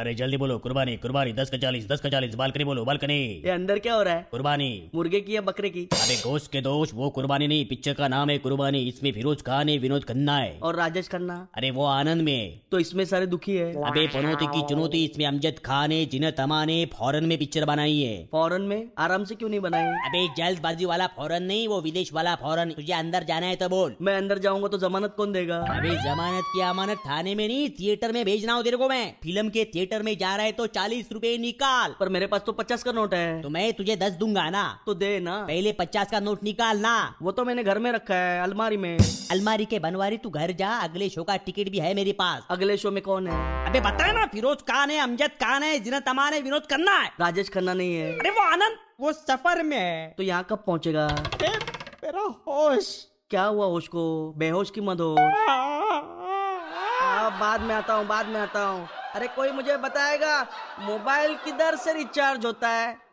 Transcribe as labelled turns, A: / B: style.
A: अरे जल्दी बोलो कुर्बानी कुर्बानी दस का चालीस दस का चालीस बालकनी बोलो बालकनी
B: ये अंदर क्या हो रहा है
A: कुर्बानी
B: मुर्गे की या बकरे की
A: अरे गोश्त के दोष वो कुर्बानी नहीं पिक्चर का नाम है कुर्बानी इसमें फिरोज खान है विनोद खन्ना है
B: और राजेश खन्ना
A: अरे वो आनंद में है।
B: तो इसमें सारे दुखी है
A: अबे पनौती की चुनौती इसमें अमजद खान है जिन्हें तमा ने फॉरन में पिक्चर बनाई है
B: फॉरन में आराम से क्यों नहीं बनाए
A: अबे जल्दबाजी वाला फॉरन नहीं वो विदेश वाला फॉरन तुझे अंदर जाना है तो बोल
B: मैं अंदर जाऊंगा तो जमानत कौन देगा
A: अबे जमानत की अमानत थाने में नहीं थिएटर में भेजना हो तेरे को मैं फिल्म के थिएटर में जा रहा है तो चालीस रूपए निकाल
B: पर मेरे पास तो पचास का नोट है
A: तो मैं तुझे दस दूंगा ना
B: तो दे ना
A: पहले पचास का नोट निकाल ना
B: वो तो मैंने घर में रखा है अलमारी में
A: अलमारी के बनवारी तू घर जा अगले शो का टिकट भी है मेरे पास
B: अगले शो में कौन है
A: अबे बताए ना फिरोज खान है अमजद खान है जिना तमान है विनोद करना है
B: राजेश खन्ना नहीं है
A: अरे वो आनंद वो सफर में है
B: तो यहाँ कब पहुँचेगा
A: ए, मेरा होश
B: क्या हुआ होश को बेहोश की मत हो हाँ, बाद में आता हूँ बाद में आता हूँ अरे कोई मुझे बताएगा मोबाइल किधर से रिचार्ज होता है